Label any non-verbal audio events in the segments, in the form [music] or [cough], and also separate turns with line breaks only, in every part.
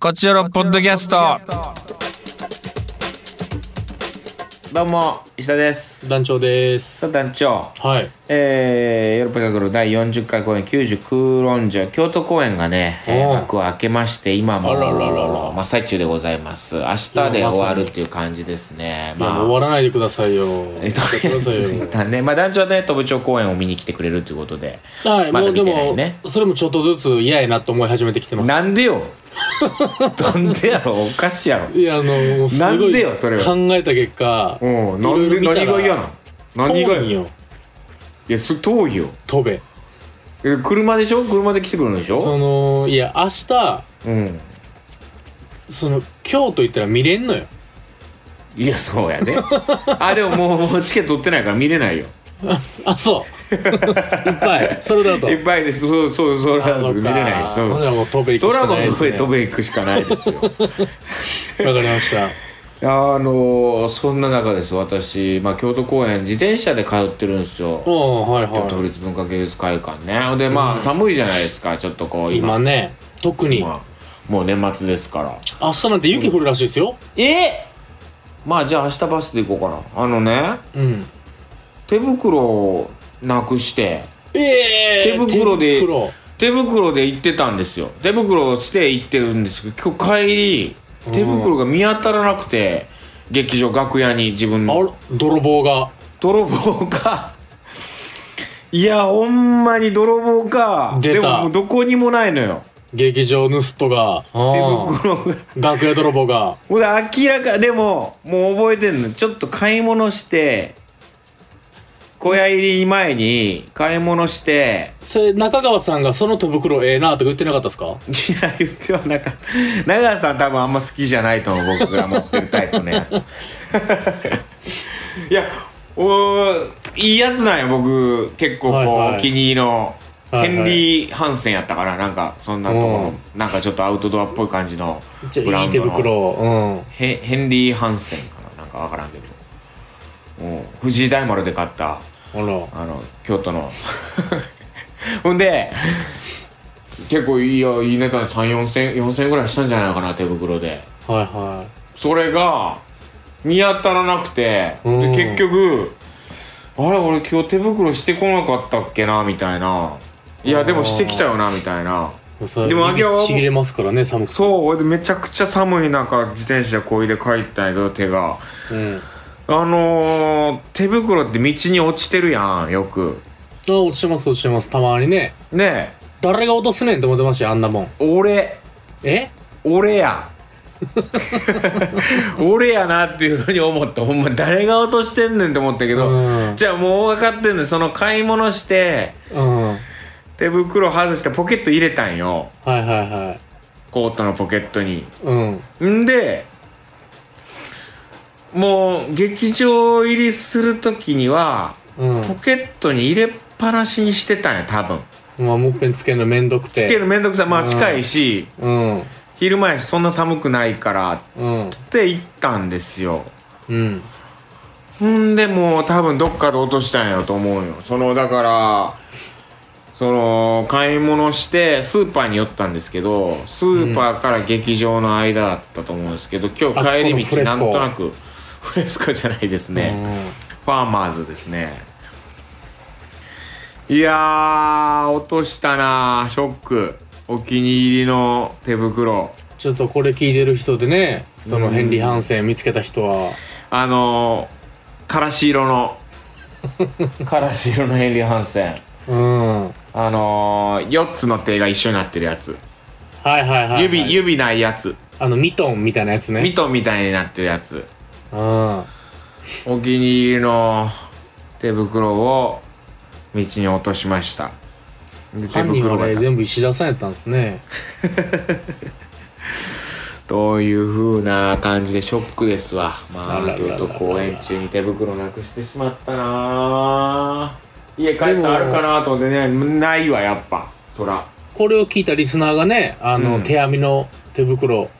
こちらのポッドキャスト。
どうも石田です
団長です。
さあ団長
はい。
えー、ヨーロッパ企画の第40回公演90空論城京都公演がね、えー
おう
幕を開けまして今も
あらららら
真っ最中でございます明日で終わるっていう感じですね
いや、
まあ
もう終わらないでくださいよ。
えっと
やってくださいよ
一旦 [laughs] ねまあ団長はね都部町公演を見に来てくれるということで
はい、
ま
も
だ
う
見
で
てない
も
ね、
それもちょっとずつ嫌やなと思い始めてきてます。
なんでよ [laughs] なんでやろおかしいやろ
いや、あの、す
なん
ご
で
い
よそれは
考えた結果、
うん
い
な
ろ
ん
い
で
ろ見た
何
ら
が嫌なの何が
遠い
嫌
よ、
いやそれ遠いよ
飛べ。
え車でしょ車で来てくるんでし
そ
ょ
の、いや、明日、
うん
その、京都行ったら見れんのよ。
いやそうやね [laughs] あでももうもうチケット取ってないから見れないよ
あ、
[laughs]
そう。いっぱい。それだと。
いっぱいですそうそうそれ
あ
は見れない
そ
そう
かほんな
う
らもう飛べ行くし
それ
か
はも
な
う
いです、
飛
ね。
べ飛べ行くしかないですよ
わかりました。
[laughs] あのそんな中です私、まあ、京都公園自転車で通ってるんですよ
おーはい
京都府
は
立文化芸術会館ねでまあ、
うん
寒いじゃないですかちょっとこう
い。今
今
ね、特に、
まあもう年末ですから
明日なんて雪降るらしいですよ。
えまあじゃあ明日バスで行こうかなあのね
うん。
手袋をなくして
ええ
手袋で
手袋
手袋で行ってたんですよ手袋をして行ってるんですけど今日帰り
うん
手袋が見当たらなくて、劇場楽屋に自分
あ
の
ら泥棒が
泥棒か [laughs] いやほんまに泥棒かで
出た
ももうどこにもないのよ
劇場盗人が
手
うん
袋が
楽屋泥棒が
ほら明らかでももう覚えてんのちょっと買い物して小屋入り前に買い物して
それ中川さんがその手袋ええなとか言ってなかったですか
いや言ってはなかった長谷さん多分あんま好きじゃないと思う僕が持ってるタイプのやつ
[laughs]
いやおーいいやつなんよ僕結構こう、
はいはい
お気に入りの
はいはい
ヘンリー・ハンセンやったからなんかそんなとこ
う
ろ
ん
なんかちょっとアウトドアっぽい感じの
じ
ブ
ゃあ
ラ
いい
ン
手
ドの
袋を
ヘヘンリー・ハンセンかななんかわからんけどうん藤井大丸で買った
うんあ
あの京都の [laughs] ほんで結構いいよいい値段3 4千4千円ぐらいしたんじゃないかな手袋で
らはいは
それが見当たらなくて
うん
で結局あれ俺今日手袋してこなかったっけなみたいないやでもしてきたよなみたいない
それ
でも明けは
ちぎれますからね寒くて
そう俺でめちゃくちゃ寒い中自転車こいで帰ったんやけど手が
うん
あのー、手袋って道に落ちてるやんよく
あ落ちてます落ちてますたまにね
ねえ
誰が落とすねんって思ってましたよあんなもん
俺
え
俺や俺やなっていうふうに思ったほんま誰が落としてんねんって思ったけど、
うん
じゃあもう分かってんねんその買い物して
うんはい
手袋外してポケット入れたんよ
はいはい
コートのポケットに
うん
んでもう劇場入りする時には
うん
ポケットに入れっぱなしにしてたんや多分
まあもっぺんつけるのめんどくて
つけるめんどくさいまあ
うん
近いし
うん
昼前そんな寒くないから
うん
って行ったんですよ
うん
ほんでもう多分どっかで落としたんやと思うよそのだからその買い物してスーパーに寄ったんですけどスーパーから劇場の間だったと思うんですけど、今日帰
あこ
り
のフ
道
レス
な
コ
んとなくフレスコじゃないですね、
うん
ファーマーズですねいやー落としたなーショックお気に入りの手袋
ちょっとこれ聞いてる人でね、そのヘンリー・ハンセン見つけた人は、
あのー、からし色 [laughs] のからし色のヘンリー・ハンセン
うん。はい
あのー、4つの手が一緒になってるやつ
はいはい、はい。
指指ないやつ
あの、ミトンみたいなやつね。
ミトンみたいになってるやつ
うん。は
お気に入りの手袋を道に落としましたで
い。
手
犯人
袋
はね、
が
全部石田さんやったんですね。
どういう風な感じでショックですわま
あらら
あ
ら
京都公演中に手袋なくしてしまったなぁ家帰った
でも
らあるかなと思ってねないわやっぱそら
これを聞いたリスナーがね、あの、
うん
手編みの手袋、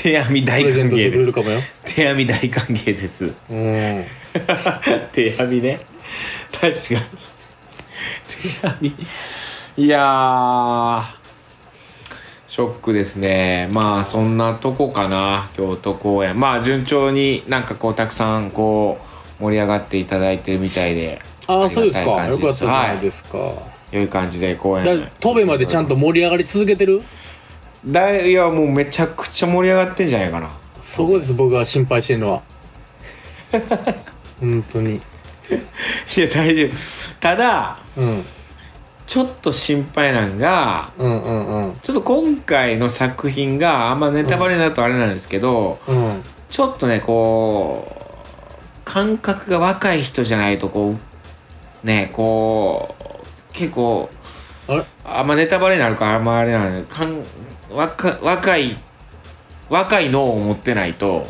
手編み
プ
大
レゼ
歓
ント
迎
してくれ
で
る
す
かもよ。
手編み大歓迎です
うん。
[laughs] 手編みね確かに手編みいやーシショックですねまあそんなとこかな京都公演まあ順調になんかこうたくさんこう盛り上がっていただいてるみたいで
ああ
りがたい
そうですか
感
よ
じ
かったじゃない
は
で
い
すか、
良い感じで公演
だから戸辺までちゃんと盛り上がり続けてる
だいいやもうめちゃくちゃ盛り上がってんじゃないかな
そこです僕が心配してる
[laughs]
のは本当に
いや大丈夫ただ
うん
ちょっと心配なんが
うんうんうん
ちょっと今回の作品があんまネタバレになるとあれなんですけど、
うん
ちょっとねこう感覚が若い人じゃないとこうねこう結構
あれ
あんまネタバレになるからあんまあれなんでかん若若い若い脳を持ってないと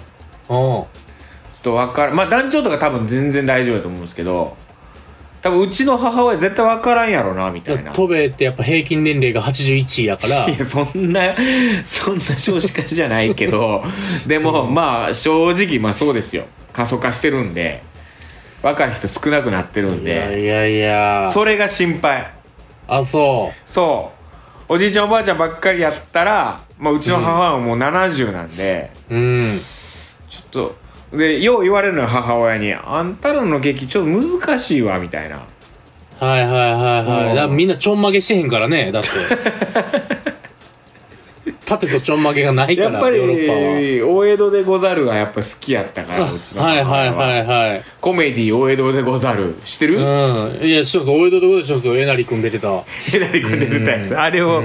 おう
ちょっと分からまあ団長とか多分全然大丈夫だと思うんですけど多分うちの母親絶対分からんやろなみたいな。
戸辺ってやっぱ平均年齢が81やか
[laughs]
ら
いやそんなそんな少子化じゃないけ
[laughs]
どでも、まあ正直まあそうですよ過疎化してるんで若い人少なくなってるん
いや
で
いやいや
それが心配
あそ
そうおじいちゃんおばあちゃんばっかりやったら、まあ、うちの母はもう70なんで、
ううん
ちょっとでよう言われるのよ母親に「あんたらの劇ちょっと難しいわ」みたいな
はいはいはいはい
うん
だからみんなちょんまげしてへんから
[laughs]
ねだって縦とちょんまげがないか
やっ
ら
ぱり
ヨーロッ
大江戸でござるがやっぱ好きやったからうち
パ
の
は
母
はい
親は
はいはいはい
コメディ大江戸でござる知ってる、
うんいやしょお江戸とこでしょえなり君出てた
えなり君出てたやつあれを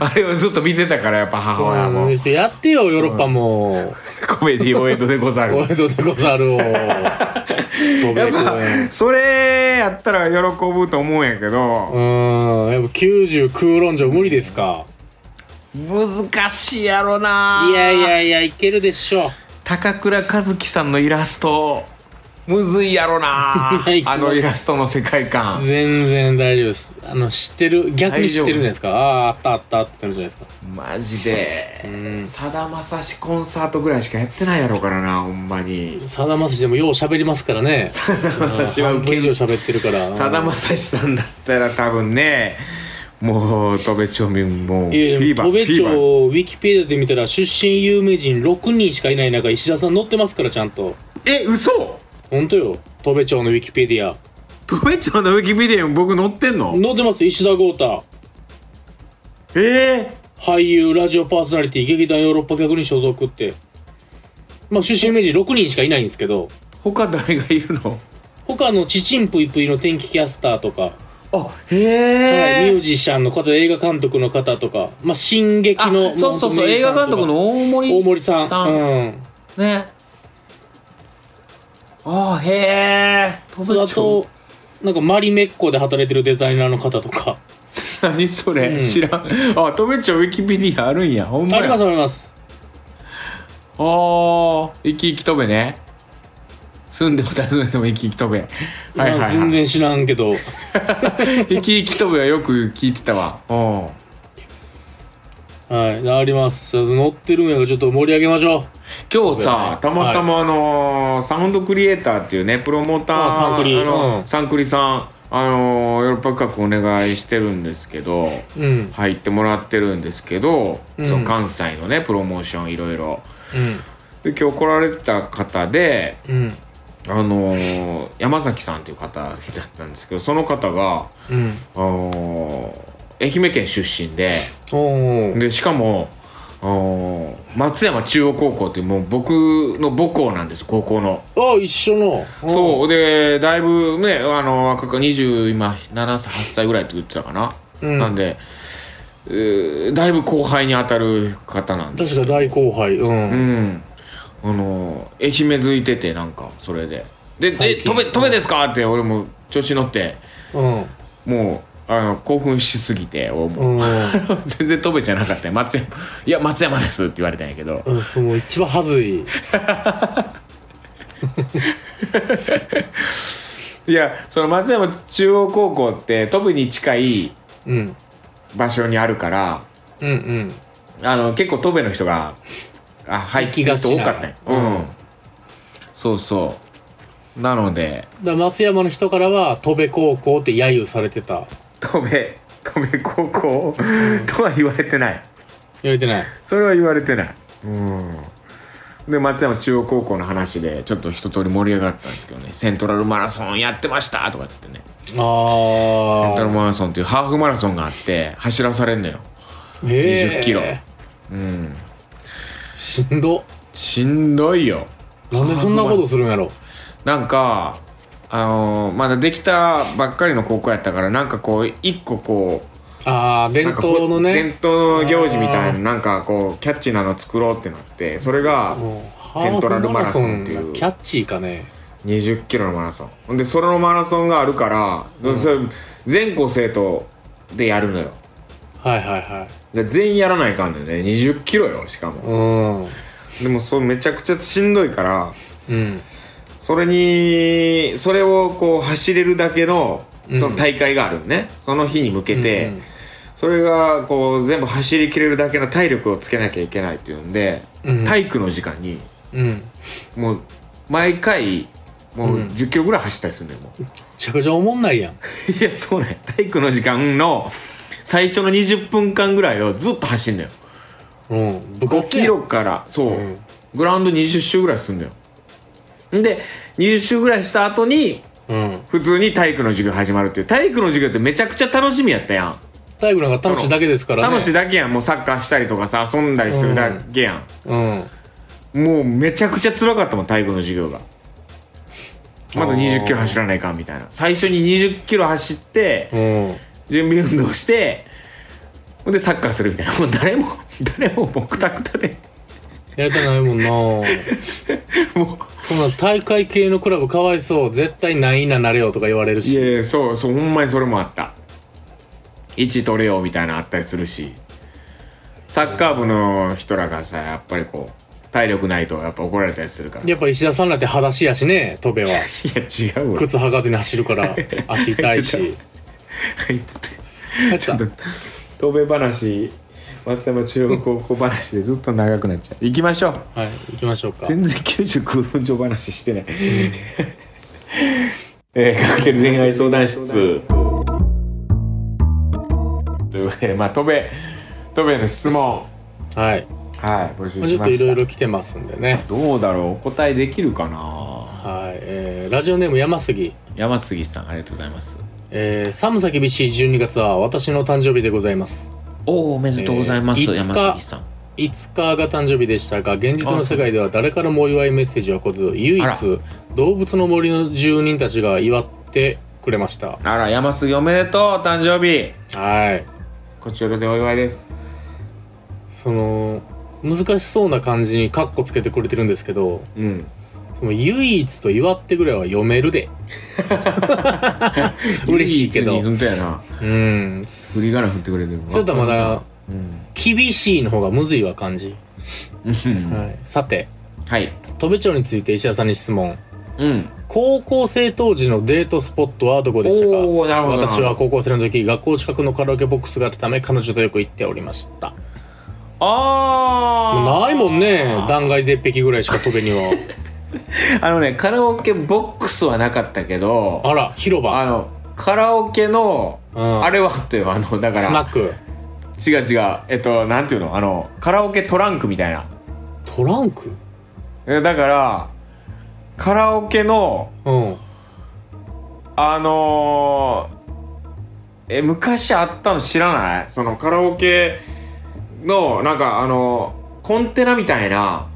あれをずっと見てたからやっぱ母親も
うんやってよヨーロッパも
コメディ大江戸でござ
[laughs] お
る
江戸でご
[laughs]
ざるをや
やっぱそれやったら喜ぶと思うんやけど
うんやっぱ90空論上無理ですか
難しいやろない
やいやいやいけるでしょ
高倉和樹さんのイラストむずいやろ
[laughs]
な
いや
あのイラストの世界観
全然大丈夫ですあの知ってる逆に知ってるんですかああーあったあったってなるじゃないですか
マジで
うん
さだまさしコンサートぐらいしかやってないやろからなほんまに
さだまさしでもよう喋りますからね
さ [laughs] だまさしは
半
受け
分以
る
上喋ってるから
さだまさしさんだったら多分ねもう戸部町民もうフ
いやい
ィ
や
ーバ
戸
ーフィー
部町
バー
ウィキペディアで見たら出身有名人6人しかいない中石田さん載ってますからちゃんと
え嘘
本当よ戸部町のウィキペディア
戸部町のウィキペディアに僕載ってんの
載ってます石田豪太
え
俳優ラジオパーソナリティ劇団ヨーロッパ客に所属ってまあ出身有名人6人しかいないんですけ
ー、
ど
他誰がいるの
他のちちんぷいぷいの天気キャスターとか、
あへ
はい、ミュ
え
ージシャンの方映画監督の方とかまあ進撃
あ
の
そうそう
ま
そ
あ
う映画監督の大森
大森さん
さん
うん
ねあへえ戸
それ
部
あ
町
となんかマリメッコで働いてるデザイナーの方とか
何それ、
うん
知らんあ戸部町ウィキペディアあるんやほんま
あり
や
ま
あ
すあります
あー生き生きとべね住んでも訪ねても生き生きとべはいはい、はい、
全然知らんけど
生き生きとぶはよく聞いてたわうん
はいあります乗ってるんやからちょっと盛り上げましょう
今日
そうだ
さ
ね
たまたまあのーサウンドクリエイターっていうねプロモーター
あサンクリ
あの
うん
サンクリさんあのーヨーロッパ企画お願いしてるんですけど
うん
入ってもらってるんですけど、
うん
その関西のねプロモーションいろいろ
うん
で今日来られてた方で
うん
あのー山崎さんっていう方だったんですけどその方が
うん
あのー愛媛県出身で。
おお
でしかもあの松山中央高校っていうもう僕の母校なんです高校の
あ一緒の
そうでだいぶねあの若く20今7歳8歳ぐらいって言ってたかな、
うん
なんで、えーだいぶ後輩に当たる方なんで
確か大後輩う
うんんあの愛媛づいててなんかそれで「で
最
え
近
飛べ飛べですか?」って俺も調子乗って
うん
もうあの興奮しすぎて俺もう
うん、
[laughs] 全然飛べじゃなかったよ松山いや松山ですって言われたんやけど
うん、 [laughs] その一番はずい
いやその松山中央高校って飛ぶに近い
うん
場所にあるから
うんうん
あの結構飛べの人があ入ってる人多かったんよ
行きがち
う
な
ん、
うん
そうそうなので
だから松山の人からは戸部高校って揶揄されてた
飛べ飛べ高校とは言われてない
言われてない。
それは言われてないうんで松山中央高校の話でちょっと一通り盛り上がったんですけどねセントラルマラソンやってましたとかっつってねセントラル
ああ。
マラソンっていうハーフマラソンがあって走らされんのよ
へ
20
え
キロうん
しんど。
しんどいよ
なんでそんなことするんやろ。
なんかあのーまだできたばっかりの高校やったからなんかこう一個こう
ああ、伝
なんかこ
統のね
伝。統の行事みたいななんかこうキャッチーなの作ろうってなってそれが
もう
セントラルマラソンっていう
ハーフマラソンがキャッチーかね。
2 0キロのマラソンほんでそのマラソンがあるから、そそれ全校生徒でやるのよ
はいはいはい。
で全員やらないかんのよね2 0キロよしかも
うん。
でもそうめちゃくちゃしんどいから
うん。
それにそれをこう走れるだけのその大会があるのね、その日に向けて、それがこう全部走りきれるだけの体力をつけなきゃいけないっていうんで、
うん
体育の時間に
うん。うん。め
もう毎回もう
うん
1 0キロぐらい走ったりするんだよもう、 [laughs]
ちゃくちゃおもんないやん。
いやそうね体育の時間の最初の20分間ぐらいをずっと走んだよ
うん。部
5
活
キ
やん
ロからそう、
うん
グラウンド20周ぐらいすんだよんで20周ぐらいした後に
うん。
普通に体育の授業始まるっていう体育の授業ってめちゃくちゃ楽しみやったやん
体育なんか楽しいだけですからね。
楽しいだけやんもうサッカーしたりとかさ遊んだりするだけやん、
うん。
もうめちゃくちゃ辛かったもん体育の授業がまだ
あー
20キロ走らないかんみたいな最初に20キロ走って
うん。
準備運動してほんでサッカーするみたいなもう誰も誰ももうくたくたで
やりたないもんな
も
そんな大会系のクラブかわいそう絶対何位ななれよとか言われる
うい
し
やいやそうそうほんまにそれもあった位置取れよみたいなのあったりするしサッカー部の人らがさやっぱりこう体力ないとやっぱ怒られたりするからい
やっぱ石田さんらって裸足やしね戸
[laughs]
辺は
や違 [laughs] うわ
靴履かずに走るから足痛
[laughs]
いし
入ってて
入った
答弁話松山中央高校話でずっと長くなっちゃう行きましょう
はい行きましょうか
全然95分上話してない、 [laughs] えー、カクテル恋愛相談室ということでまあ戸辺戸辺の質問
はい
はい募集しま
ち
し
ょったといろいろ来てますんでね
どうだろうお答えできるかな
はい、えーラジオネーム山杉
山杉さんありがとうございます
えー寒さ厳しい12月は私の誕生日でございます
おおおめでとうございます、
えーいつ
山
か
杉さん
5日が誕生日でしたが現実の世界では誰からもお祝いメッセージは来ず唯
あら
一動物の森の住人たちが祝ってくれました
あら山杉おめでとう誕生日
はい
こちらでお祝いです
その難しそうな感じにカッコつけてくれてるんですけど
うん
その唯一と祝ってぐらいは読め
[laughs]
るで [laughs] 嬉しいけど
唯一に本当やな
うん
振り仮名振ってくれてる
ちょっとまだ
うん
厳しいの方がむずいわ感じ、
うん
はい、さて
はい
戸部町について石田さんに質問
うん
高校生当時のデートスポットはどこでしたか
おーなるほどなるほ
私
ど
は高校生の時学校近くのカラオケボックスがあるため彼女とよく行っておりました
ああ
ないもんね断崖絶壁ぐらいしか飛べには
あのねカラオケボックスはなかったけど
あら広場
あのカラオケの
うん
あれはっていうあのだか
スナ
ら
ック
違う違うえっとなんていうのあのカラオケトランクみたいな
トランク
えだからカラオケの
うん
あのー、え昔あったの知らないそのカラオケのなんかあのコンテナみたいな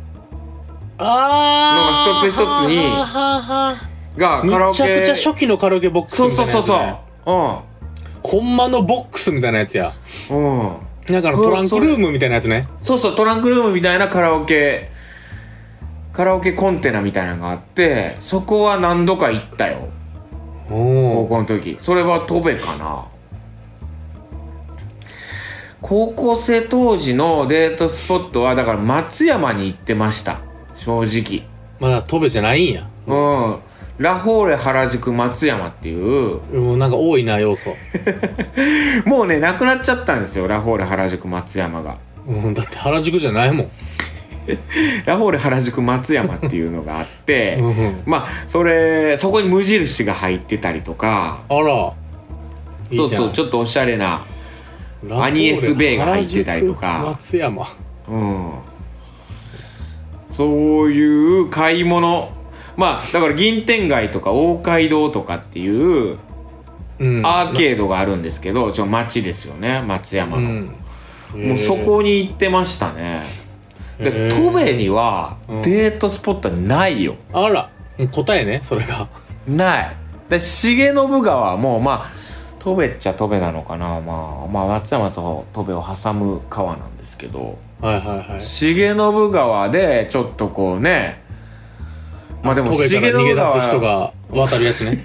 あー
なんか一つ一つに
ははは
がカラオケ
めちゃくちゃ初期のカラオケボックス
そう
みた
そ
いうな
そ
や
う
つ、ね、
そう
ほんまのボックスみたいなやつや
うんうん
なんかあの
うん
トランクルームみたいなやつね
そうそうトランクルームみたいなカラオケカラオケコンテナみたいなのがあってそこは何度か行ったよ高
お
校の時それは戸辺かな高校生当時のデートスポットはだから松山に行ってました正直
まだ飛べじゃないんや
うんラフォーレ原宿松山っていう
もうなんか多いな要素、
もうねなくなっちゃったんですよラフォーレ原宿松山が
うん、だって原宿じゃないもん、
ラフォーレ原宿松山っていうのがあって、
[laughs] うん、
まあそれそこに無印が入ってたりとか
あらいいじゃん
そうそうちょっとおしゃれな
ラフォーレ
アニエスベイが入ってたりとか
原宿松山
うん、そういう買い物まあだから銀天街とか大街道とかっていう
うん
アーケードがあるんですけど、ちょ町ですよね松山
う
の、
ん
もうそこに行ってましたね
へ
で
ー
戸部には
うん
デートスポットはないよ、
あらもう答えねそれが
ないで重信川もまあ戸部っちゃ戸部なのかな、まあ、まあ松山と戸部を挟む川なんですけど
はいはいはい
重信川でちょっとこうねまあでも重
戸部
信
から逃げ出す
川
人が渡るやつね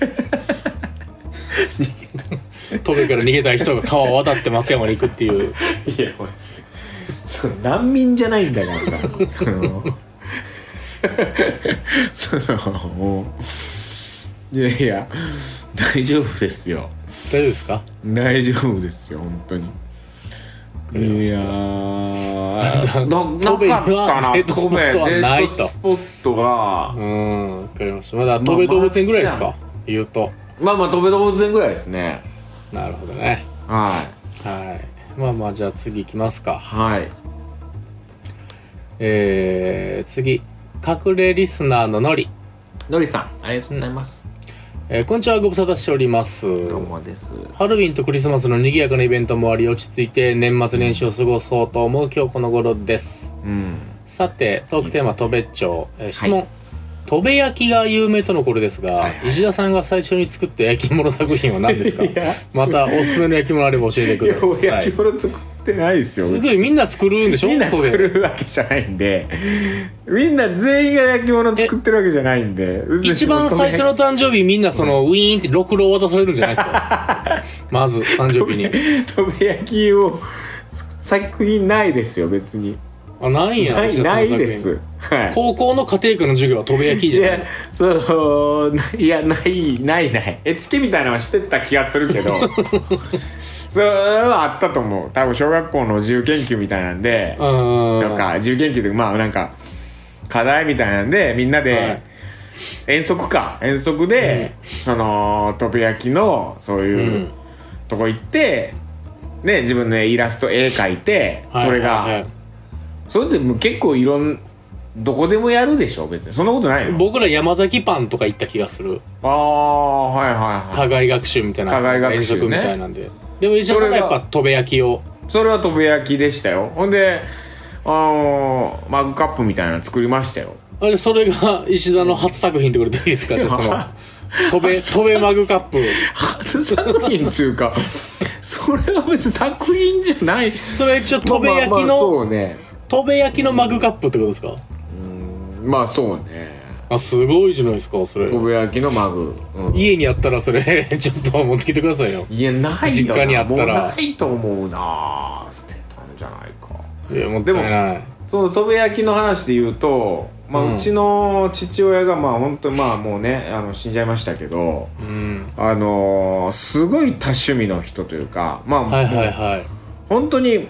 戸部から逃げたい人が川を渡って松山に行くっていう
いやこれその難民じゃないんだから
[laughs]
さそのそのもういやいや大丈夫ですよ
大丈夫ですか
大丈夫ですよ本当に
かりま
い
し
や
た
ー
戸部に
な
は
かったな
デートスポットは
戸部
ないと
デートスポットが
うんわかりましたまだ戸部動物園ぐらいです
ま
か言うと
まあまあ戸部動物園ぐらいですね
なるほどね
はい
はいまあまあじゃあ次行きますか
はい
えー、次隠れリスナーののり、
のりさんありがとうございます、
えー、こんにちはご無沙汰しております
どうもです
ハロウィンとクリスマスの賑やかなイベントもあり落ち着いて年末年始を過ごそうと思う今日この頃です
うん
さてトークテー
い
マ
い
戸部町、えー質問、戸部焼きが有名とのことですが、
いはい
石田さんが最初に作った焼き物作品は何で
[laughs]
すかまたおすすめの焼き物あれば教えてくだ
ようや
さ
く
い
これ作ってないですよ
すごいみんな作るんでしょ
みんな作
戸部
るわけじゃないんでみんな全員が焼き物作ってるわけじゃないんで
一番最初の誕生日みんなそのウィーンってろくろを渡されるんじゃないですか
[laughs]
まず誕生日に
とべ焼きを作品ないですよ別に
あないんや
ない
石田
な
さんの
い
作品
ですはい
高校の家庭科の授業は戸部焼き
い
じゃない
やそういやないないない絵付けみたいなのはしてた気がするけ [laughs] どそれはあったと思う多分小学校の自由研究みたいなんで
と
とか自由研究でまあなんか課題みたいなんでみんな
は
で
い
遠足か遠足で、そのとび焼きのそういう、とこ行って、ね、自分のイラスト絵描いてそれが、それってもう結構いろんどこでもやるでしょ別にそんなことないの
僕ら山崎パンとか行った気がする
ああはいはいは
課
い
外学習みたいな
課外学習ね
遠足みたいなんででも石田さんがやっぱ戸部焼きを
それはとび焼きでしたよほんであのーマグカップみたいなの作りました [laughs] よ
あれそ
[laughs]
れが石田の初作品ってことでいいですかじゃあその戸部戸部マグカッ
[laughs]
プ
初作品 [laughs] っていうかそれは別に作品じゃない
それ一応戸部焼
まあ
き
まあ
の
そうね
戸部焼きのマグカップってことですか
うんまあそうね
あすごいじゃないですかそれ
とび焼きのマグ、うん
家にあったらそれ [laughs] ちょっと持ってきてくださいよ
いやないよな
実家にあったら
もうないと思うな捨てたんじゃないか
いやもったいない
そのとべ焼きの話で言うと、まあ
う
うんちの父親がまあ本当にまあもうねあの死んじゃいましたけど
うん
あのーすごい多趣味の人というかまあ、
はいはい
もう
はい
本当に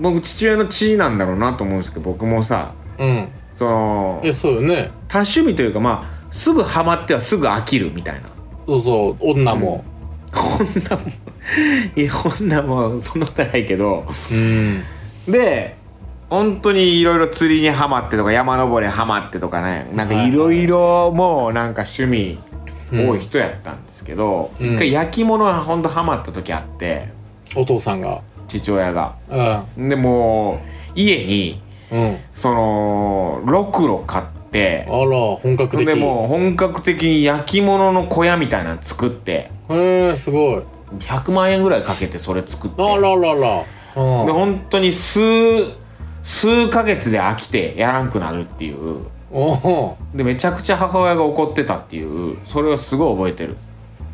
僕父親の地位なんだろうなと思うんですけど僕もさ
うん
その
えそうよね
多趣味というかまあすぐハマってはすぐ飽きるみたいな。
そうそう女も
[laughs] こんなもんいやこんなもんそんなことないけど。
うん
で本当にいろいろ釣りにハマってとか山登りハマってとかねなん
は
か
い
いろいろもうなんか趣味
うん
多い人やったんですけど、
うん
一回焼き物は本当ハマった時あって
お父さんが
父親が。
うん
でもう家に
うん
そのろくろ買って
あら本格的
でもう本格的に焼き物の小屋みたいなの作って
へえすごい
100万円ぐらいかけてそれ作って
あらららうん
で本当に数数ヶ月で飽きてやらんくなるっていう
おお
でめちゃくちゃ母親が怒ってたっていうそれはすごい覚えてる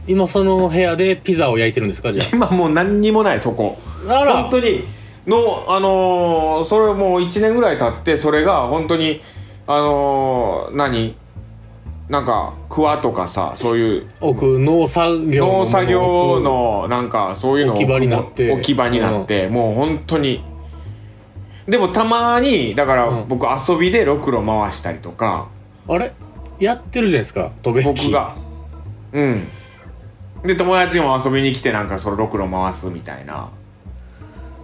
今その部屋でピザを焼いてるんですかじゃ
[laughs] 今もう何にもないそこ
ああら
本当にのあのーそれもう1年ぐらい経ってそれが本当にあのー何なんかクワとかさそういう
奥農作業
農作業のなんかそういうのを
置き場になって
置き場になって、もう本当にでもたまにだから
うん
僕遊びでろくろ回したりとか、
あれやってるじゃないですか戸部焼き
僕がうんで友達も遊びに来てなんかそのろくろ回すみたいな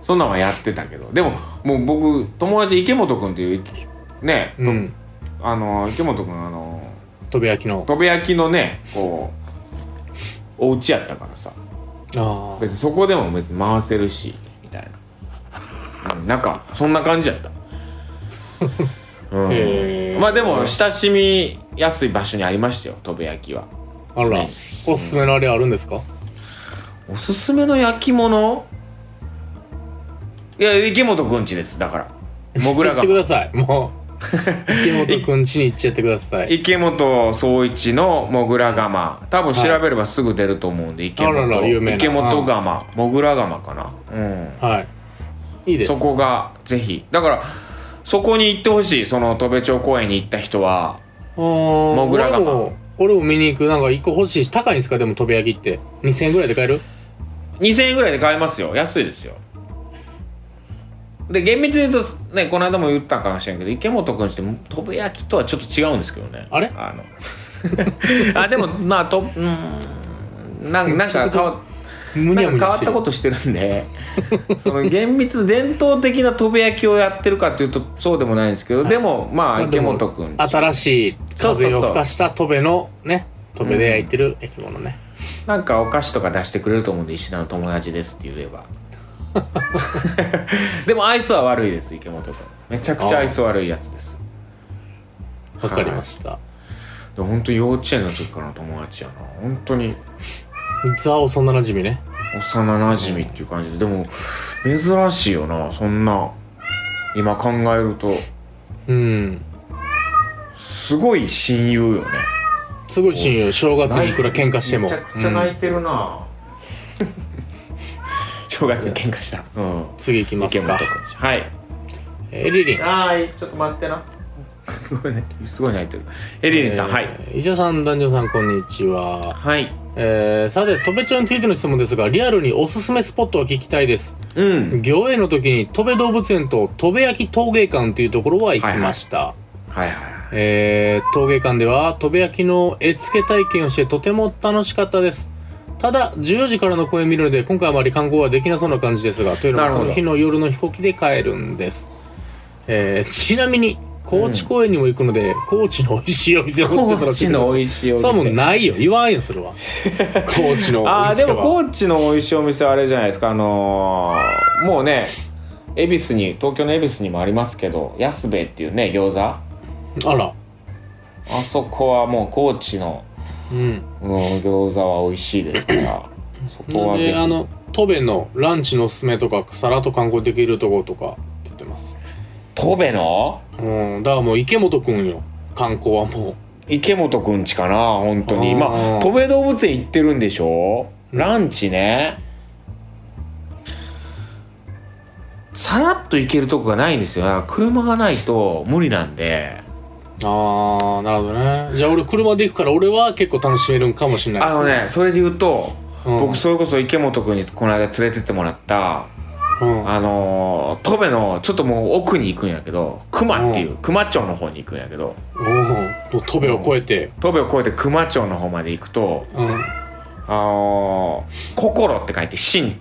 そんなんはやってたけどでももう僕友達池本君っていうね、
うん。
あの池本君あの
飛び焼きの。
飛び焼きのねこうお家やったからさ
ああ。
別にそこでも別に回せるしみたいな、うん、なんかそんな感じや
[laughs]
った、う
へー
ん、まあでも親しみやすい場所にありましたよ飛び焼きは
あら、おすすめのあれあるんですか
おすすめの焼き物いや池本くんちですだから僕ら
行っ
が
てください。も
[laughs]
う。池本くん家に行っちゃってください。
池本総一のモグラ釜多分調べればすぐ出ると思うんで、池本
あらら有名な
池本釜モグラ釜かなうん
はい。いいです
そ。こがぜひだからそこに行ってほしいその戸部町公園に行った人は
モ
グラが
俺も、俺も見に行く。なんか一個欲しいし、高いんですかでも、飛び焼きって。2000円ぐらいで買える
2000円ぐらいで買えますよ安いですよで厳密に言うとねこの間も言ったかもしれんけど池本君って戸部焼きとはちょっと違うんですけどね
あれ
あの [laughs] あでもまあとうーんなんなんか変わっ
むに
な
ゃ
ん
む
か
に
変
ゃ
わ
し
ってた
る
ことしてるんで [laughs] その厳密伝統的な戸部焼きをやってるかっていうとそうでもないんですけど、でもまあ
まあ
池
でも
本君
新しい風を吹かした戸辺のね戸辺で焼いてる焼き物ね、
なんかお菓子とか出してくれると思うんで石田の友達ですって言えば [laughs] でも愛想は悪いです池本君めちゃくちゃ愛想悪いやつです
わかりました、
で本当に幼稚園の時からの友達やな本当に
ザオそんな馴染みね
幼なじみっていう感じででも珍しいよなそんな今考えると
うん
すごい親友よね
すごい親友正月にいくら喧嘩しても
めちゃくちゃ泣いてるな、 [laughs] 正月に喧嘩したうん
次行きますか
はい
えーリリン
はいちょっと待ってなすごい泣いてるエリリンさん、
えー
はい
伊女さん男女さんこんにちは、
はい
えー、さて戸辺町についての質問ですがリアルにおすすめスポットを聞きたいです
うん
行営の時に戸辺動物園と戸辺焼陶芸館というところは行きました、
はいはい
えー陶芸館では戸辺焼きの絵付け体験をしてとても楽しかったですただ14時からの公演見るので今回はあまり観光はできなそうな感じですがというの
な
も
るほ
そ
ど
の日の夜の飛行機で帰るんです、えーちなみに高知公園にも行くので、高知の美味しいお店を教えてもら
高
って
知
くだ
の
さい
美味しいお店
そうもうないよ言わんよそ
[laughs]
れは高知のお店は
あーでも高知の美味しいお店はあれじゃないですかあのーもうね恵比寿に東京の恵比寿にもありますけど安兵衛っていうね餃子あ
あら
そこはもう高知の、
うん
うん、餃子は美味しいですからそこ
な
は
ん
ぜひ
であの戸辺のランチのおすすめとかさらっと観光できるところとかって言ってます
戸辺の
うん、だからもう池本くんよ観光はも
池本くんちかな本当に
あー
まあ戸辺動物園行ってるんでしょ
うん
ランチねさらっと行けるとこがないんですよだから車がないと無理なんで
うああなるほどねじゃあ俺車で行くから俺は結構楽しめるんかもしれない
あのねそれで言うと
うん
僕それこそ池本くんにこの間連れてってもらった
うん、
あのー戸辺のちょっともう奥に行くんやけど熊っていう熊町の方に行くんやけど
おお戸辺を越えて、
戸辺を越えて熊町の方まで行くと
うん、はい
「あのー心」って書いて「心」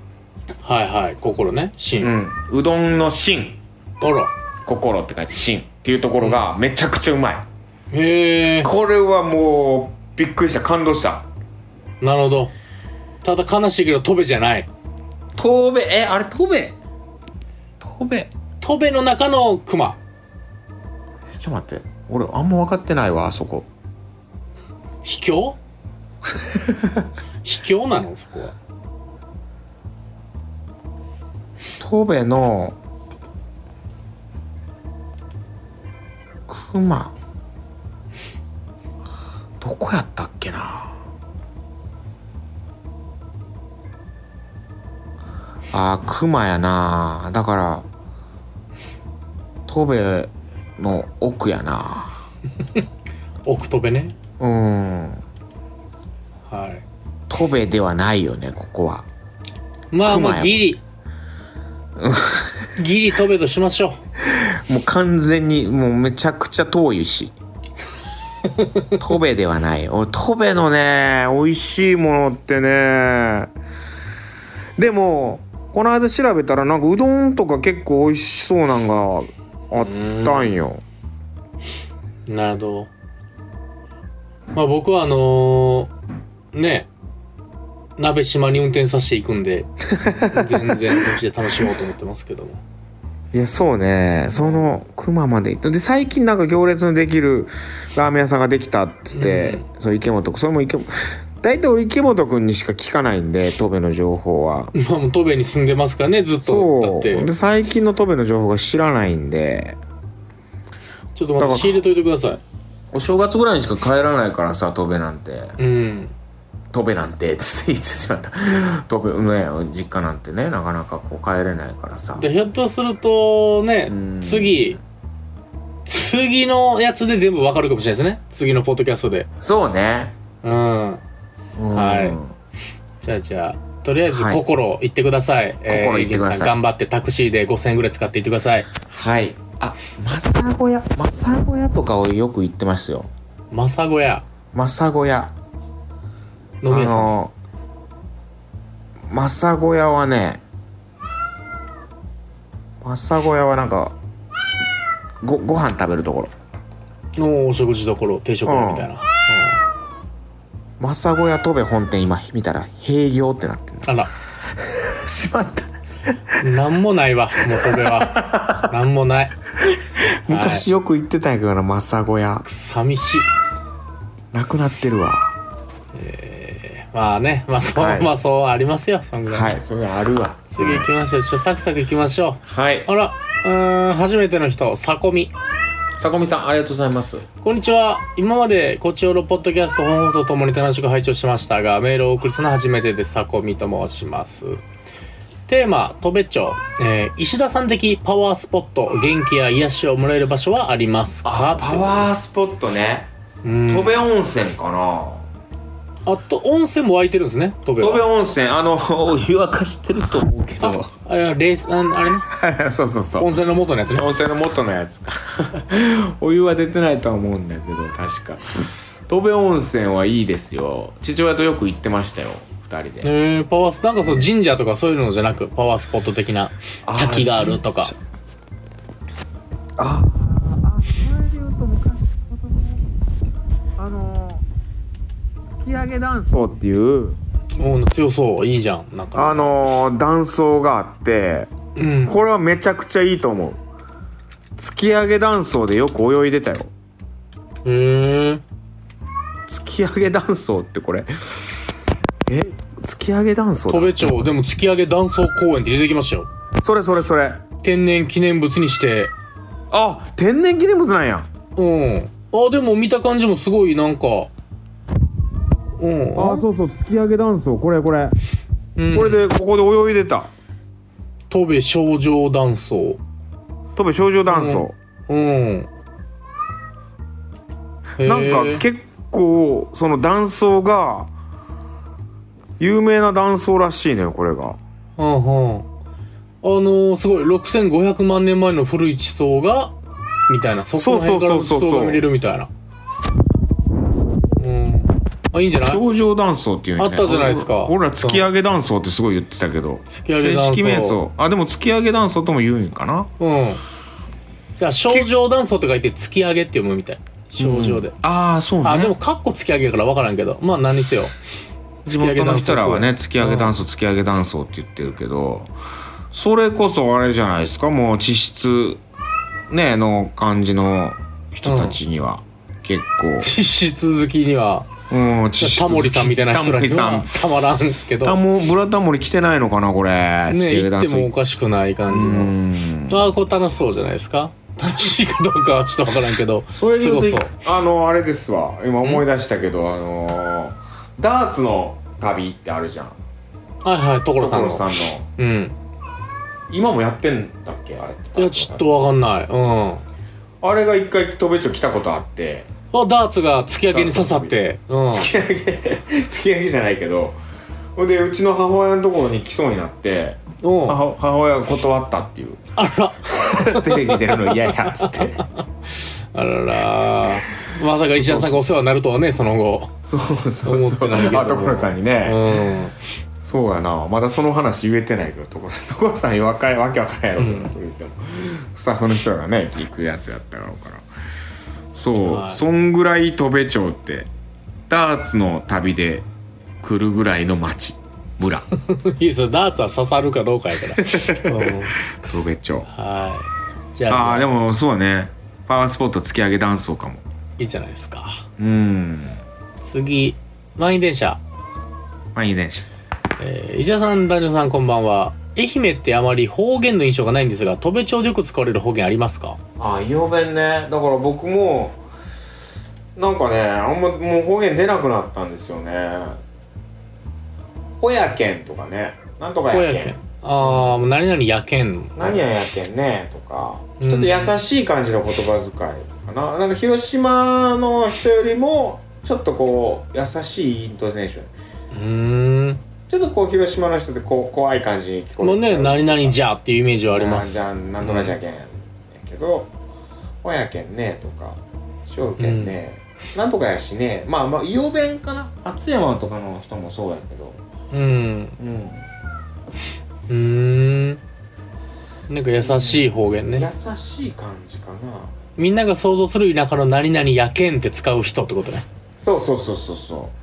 はい心ね芯、
うん、うどんの芯
あら
心って書いて芯っていうところがめちゃくちゃうまい、
へえ
これはもうびっくりした感動した
なるほどただ悲しいけど戸辺じゃない
戸辺えあれ戸辺戸辺
戸辺の中の熊
ちょっと待って俺あんま分かってないわあそこ
秘 [laughs] 境秘境なのそこは
戸辺の熊どこやったっけなあー熊やなだから戸辺の奥やな
奥戸辺ね
うん
はい
戸辺ではないよねここは
まあ
熊や
まあギ [laughs] リギリ戸辺としましょう
もう完全にもうめちゃくちゃ遠い [laughs] し戸辺ではない俺戸辺のね美味しいものってねでもこの間調べたらなんかうどんとか結構美味しそうなんがあったんよ
なるほど。まあ僕はあのーね、鍋島に運転させていくんで、全然こっちで楽しもうと思ってますけども。 [laughs]
いやそうねその熊まで行ってで最近なんか行列のできるラーメン屋さんができたっつって、そう池本君それも池本大体俺池本君にしか聞かないんで戸部の情報は
まあもう戸部に住んでますからね、ずっと。だ
そ
っ
う
て
で、最近の戸部の情報が知らないんで
ちょっとま
だか
た
ら
仕入れといてください。
お正月ぐらいにしか帰らないからさ戸部なんて
うん。
戸部なんてつって言ってしまった戸部ね実家なんてねなかなかこう帰れないからさ
で、ひょっとするとね
うん、
次、次のやつで全部わかるかもしれないですね。次のポッドキャストで。
そうね
うん。
うん
はいじゃあじゃあ、とりあえず
はい
心行ってください。えー
心行ってください
リリーさん頑張ってタクシーで5000円ぐらい使っていってください。
はい。あ、マサゴヤ、マサゴヤとかをよく言ってますよ。
マサゴや
マサゴヤ。
飲み屋さん。
の、マサゴヤはね、マサゴヤはなんか、ご、ご飯食べるところ。
のお食事どころ、定食屋みたいな。うん
マサゴヤ戸部本店今見たら閉業ってなってる。
あら、
しまった。
なんもないわ、元
[laughs]
では。なんもない。
[laughs] 昔よく行ってたんやけどな、マサゴヤ。
寂しい。
なくなってるわ。
まあね、まあそう、
はい
まあそうありますよ、そんぐらい。
はい、それあるわ。
次行きましょう。ちょ、サクサク行きましょ
はい。
う。あら、うーん、初めての人、さこみ。
さこみさん、ありがとうございます。
こんにちは。今まで、こちおろポッドキャスト本放送ともに楽しく拝聴してましたが、メールをお送りするのは初めてです。さこみと申します。テーマ、戸部町。えー石田さん的パワースポット、元気や癒しをもらえる場所はありますか
あ、パワースポットね。
うん
戸部温泉かな。
あと、温泉も湧いてるんですね、戸部
戸部
は。
温泉あのお湯沸かしてると思うけど
あ、あいやレース、ああれ
[laughs]
ね、
そうそうそ
温泉の元のやつね。
温泉の元のやつか [laughs] お湯は出てないとは思うんだけど確か戸部温泉はいいですよ父親とよく行ってましたよ二人で
えー、パワースなんかその神社とかそういうのじゃなくパワースポット的な
あー
滝があるとか
神ああそれで言うと昔子供あの突き上げ断層っていう
おー強そういいじゃんなんか
あの断層があって
うん
これはめちゃくちゃいいと思う突き上げ断層でよく泳いでたよ
へえ
突き上げ断層ってこれえ突き上げ断層
戸
だ
部町でも突き上げ断層公園って出てきましたよ
それそれそれ
天然記念物にして
あ天然記念物なんや
うんあでも見た感じもすごいなんかうん
そうそう突き上げ断層これこれ、
うん
これでここで泳いでた
戸部少女断層
飛べ少女断層、
うん
なんか
へー
結構その断層が有名な断層らしいのよこれが
うんうん。あのー、すごい、6500万年前の古い地層が、みたいな、そこら辺からの地
そうそうそうそう
層が見れるみたいな。うん。あ、いいんじゃない
少女断層っていうね
あったじゃないですか
俺ら突き上げ断層ってすごい言ってたけど
突き上げ断
正
層
式名称あでも突き上げ断層とも言うんかな
うん。じゃあ、症状断層って書いて、突き上げって読むみたい。症状で。
うんああそうね
あ、でも、カッコ突き上げやから分からんけど。まあ、何にせよ。
地元の人らはね
突
突
き
き
上
上
げ
げ
断
断層突き上げ断層って言ってるけどそれこそあれじゃないですかもう地質ねの感じの人たちには結
実質好きには、
構うん地質
タモリさんみたいな人らに
タモ
は
リさん
たまらんけ
タ
ど。
モブラタモリ来てないのかなこれ突き
ね、
上げ
行っ
断
て
層
もおかしくない感じ
う
の。
ん
ああ、これ楽しそうじゃないですか。楽しいかどうかはちょっとわからんけど、
それ
す
で
ご
言
そう
うとあのあれですわ今思い出したけどあのダーツの旅ってあるじゃん
はいはい、所さんの。
所さんの
うん。
今もやってんだっけあれ
いや、ちょっとわかんない。うん。
あれが一回戸部町来たことあって [laughs]
あ、ダーツが突き上げに刺さって。うん。
突き上げ突き上げじゃないけどほんでうちの母親のところに来そうになって
うん。あ
母母親が断ったっていう [laughs]
ら、
テレビ出るの嫌やっつ
[laughs]
って
あらら。まさか石田さんがお世話になるとはね、その後。
そうそう
思って
そう
ないけども
あ所さんにね、
うん。
そうやなまだその話言えてないけど所 [laughs] 所さんよ若いわけわからんやろ、
うん
それ言ってもスタッフの人がね行くやつやったろうからそう、
はい
そんぐらい戸部町ってダーツの旅で来るぐらいの町
[laughs]
村
いいですよダーツは刺さるかどうかや
[laughs]
から、うん
戸部町
はいじゃあ
ああでもそうねパワースポット突き上げ断層かも
いいじゃないですか
うん
次満員電車、
まあいいねし
えー石田さん男女さんこんばんは愛媛ってあまり方言の印象がないんですが戸部町でよく使われる方言ありますか
ああ曜弁ねだから僕もなんかねあんまもう方言出なくなったんですよねほやけんとかねなんとか
方
や
や
けん
けんああもう何々やけん
何ややけんねとか
うん
ちょっと優しい感じの言葉遣いかななんか広島の人よりもちょっとこう優しいイントネーション
うーん
ちょっとこう広島の人ってこう怖い感じに聞こえ
もうね
ちゃ
何々じゃっていうイメージはありま
あー
す
じゃあなんとかじゃけんやけど「親やけんね」とか「しょうけんね」なんとかやしね」まあまあ伊弁かな松山とかの人もそうやけど
うん
うん
うーんなんか優しい方言ね
優しい感じかな
みんなが想像する田舎の何々やけんって使う人ってことね
そうそうそうそうそう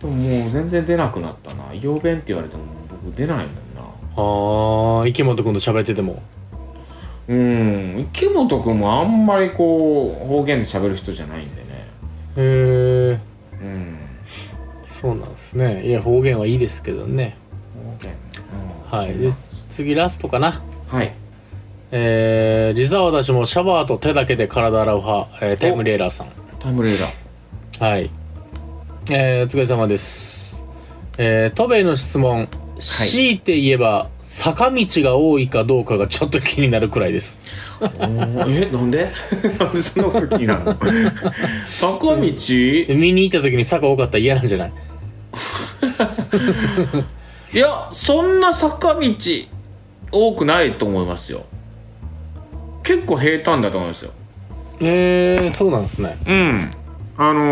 でももう全然出なくなったな伊弁って言われても僕出ないもんな
ああ池本君と喋ってても
うん池本君もあんまりこう方言で喋る人じゃないんでね
へえ
うん
そうなんですねいや方言はいいですけどね
方言うん
はい
そう
で
だ
次ラストかな
はい
えー、リザー私もシャワーと手だけで体洗う派、えータイムレーラーさん
タイムレーダー
はい。えー、お疲れ様です。えー、戸部の質問。強いて言えば、坂道が多いかどうかが [laughs] ちょっと気になるくらいです。
おーえなんで [laughs] なんでそんなこと気にな [laughs] るの坂道
見に行った時に坂多かったら嫌なんじゃない
いやそんな坂道多くないと思いますよ結構平坦だと思いますよ
えー、そうなんですね。
うんあの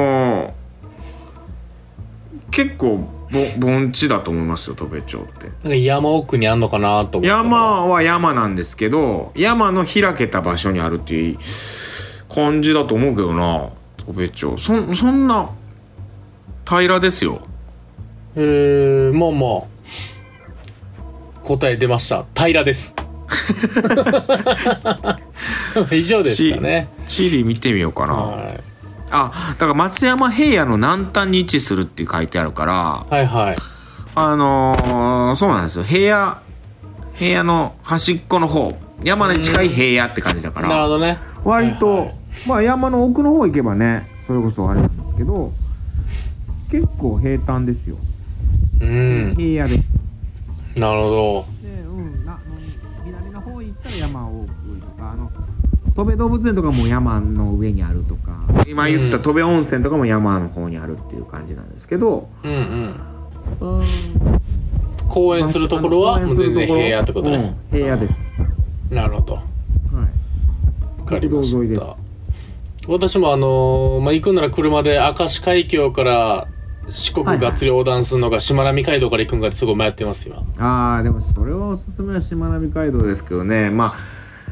ー結構ぼ盆地だと思いますよ戸部町って
なんか山奥にあんのかなと思って。
山は山なんですけど山の開けた場所にあるっていう感じだと思うけどな戸部町そんそんな平らですよ
えー、まあまあ。答え出ました。平らです。 [laughs] 以上ですかね。
地理見てみようかな、
は
あだから松山平野の南端に位置するって書いてあるから
いはいはい。
あのーそうなんですよ平野平野の端っこの方山に近い平野って感じだか
なるほ
ら
どね。
割と、
はいはい
まあ山の奥の方行けばねそれこそあれなんですけど結構平坦ですよ
うん。
平野です
なるほど。
でうんな南の方行ったら山多いとかあの戸部動物園とかも山の上にあるとか今言った戸部温泉とかも山の方にあるっていう感じなんですけど、
うんうん。
うん、
公演するところはもう全然平野ってことね。
うん平野です、
なるほど。わ
はい
かりま
国道沿いで
した。私もあのーまあ、行くなら車で明石海峡から四国がっつり横断するのか、しまなみ海道から行くんかってすごい迷ってます、今。
ああでもそれはおすすめはしまなみ海道ですけどねまあ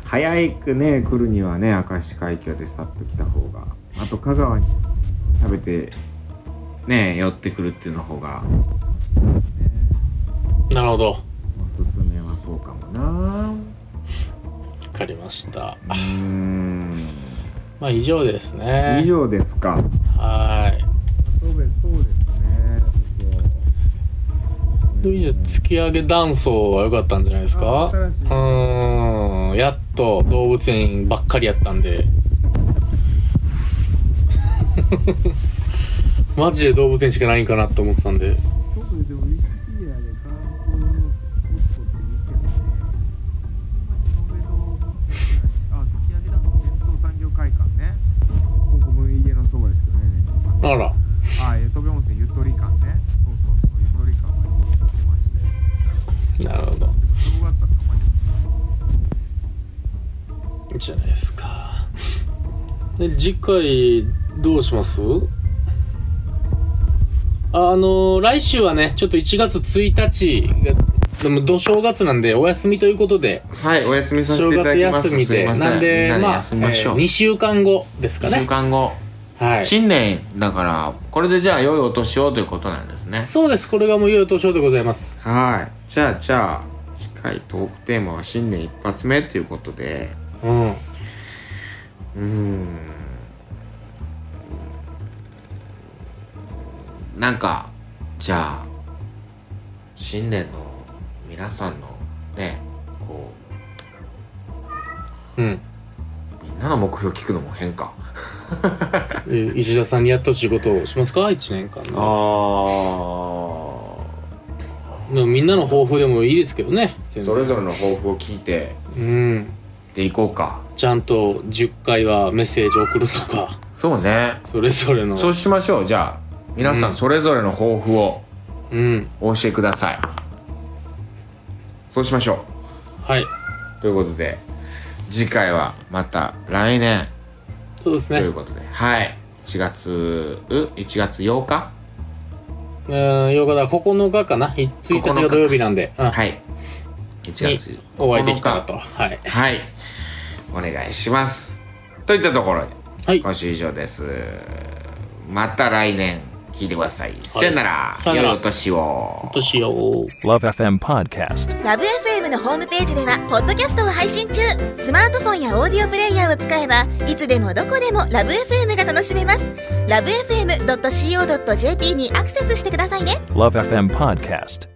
早くね来るにはね明石海峡でさっと来た方があと香川に食べてね寄ってくるっていうの方が
なるほど。わ
おすすめはそうかもな
かりました。
うーん
まあ、以上ですね。
以上ですか
は
そうですそうですね
ーい。で、突き上げ断層は良かったんじゃないですか
あ新しいう
ーん。やっと動物園ばっかりやったんで。 [laughs] マジで動物園しかないんかなって思ってたんで。
僕でもウィキペディアで観光のスポットって見てもね、ほんまに延べのあ、突き上げだの伝統産業会館ね。
僕も家のそばですけどね
あら。
あ、え、飛び温泉ゆとり館ね。そうそうそう、ゆとり館まで行ってました
な
よ。
るほど。
でも正月はたま
いい
に
じゃないですか。で、次回どうしますあのー来週はね、ちょっと1月1日が、でも、ど正月なんで、お休みということで、
はい、お休みさせ
正
ていただき
月
ます。
休み
すい
で、
ません
なんで、
みんな
まあ、
休みましょう。
2週間後ですか
二週
ね。
間後、
はい。
新年だから、これでじゃあ良いお年をということなんですね。
そうです、これがもういよいよ年でございます。
はい。じゃあ、じゃあ、次回トークテーマは新年一発目ということで、
うん。
うーん。なんか、じゃあ、新年の皆さんのね、こ
うん。
う、みんなの目標聞くのも変か。
えー石田さんにやってほしいことをしますか ?1 年間
あ
の。
あ。
でもみんなの抱負でもいいですけどね。全然
それぞれの抱負を聞いて
うん。
でいこうか
ちゃんと10回はメッセージ送るとか、 [laughs]
そうね
それぞれの。
そうしましょうじゃあ皆さ
うんん
それぞれの抱負を
うん。
お教えください、そうしましょ
はい。
うということで次回はまた来年
そうです
とい
ね
う。ことで、はい1月う1月8日
うん、8日だ、9日かな。1日が土曜日なんで、うん
はい1月
お会いできた
9
らと。はい。
日はいお願いしますといったところで
はい。
今週以上ですまた来年聞いてください、さよなら
さよなら
良いお年を
年を。
Love FM Podcast.
ラブ f m のホームページではポッドキャストを配信中スマートフォンやオーディオプレイヤーを使えばいつでもどこでもラブ f m が楽しめますラブ FM.co.jp にアクセスしてくださいね
Love FM Podcast.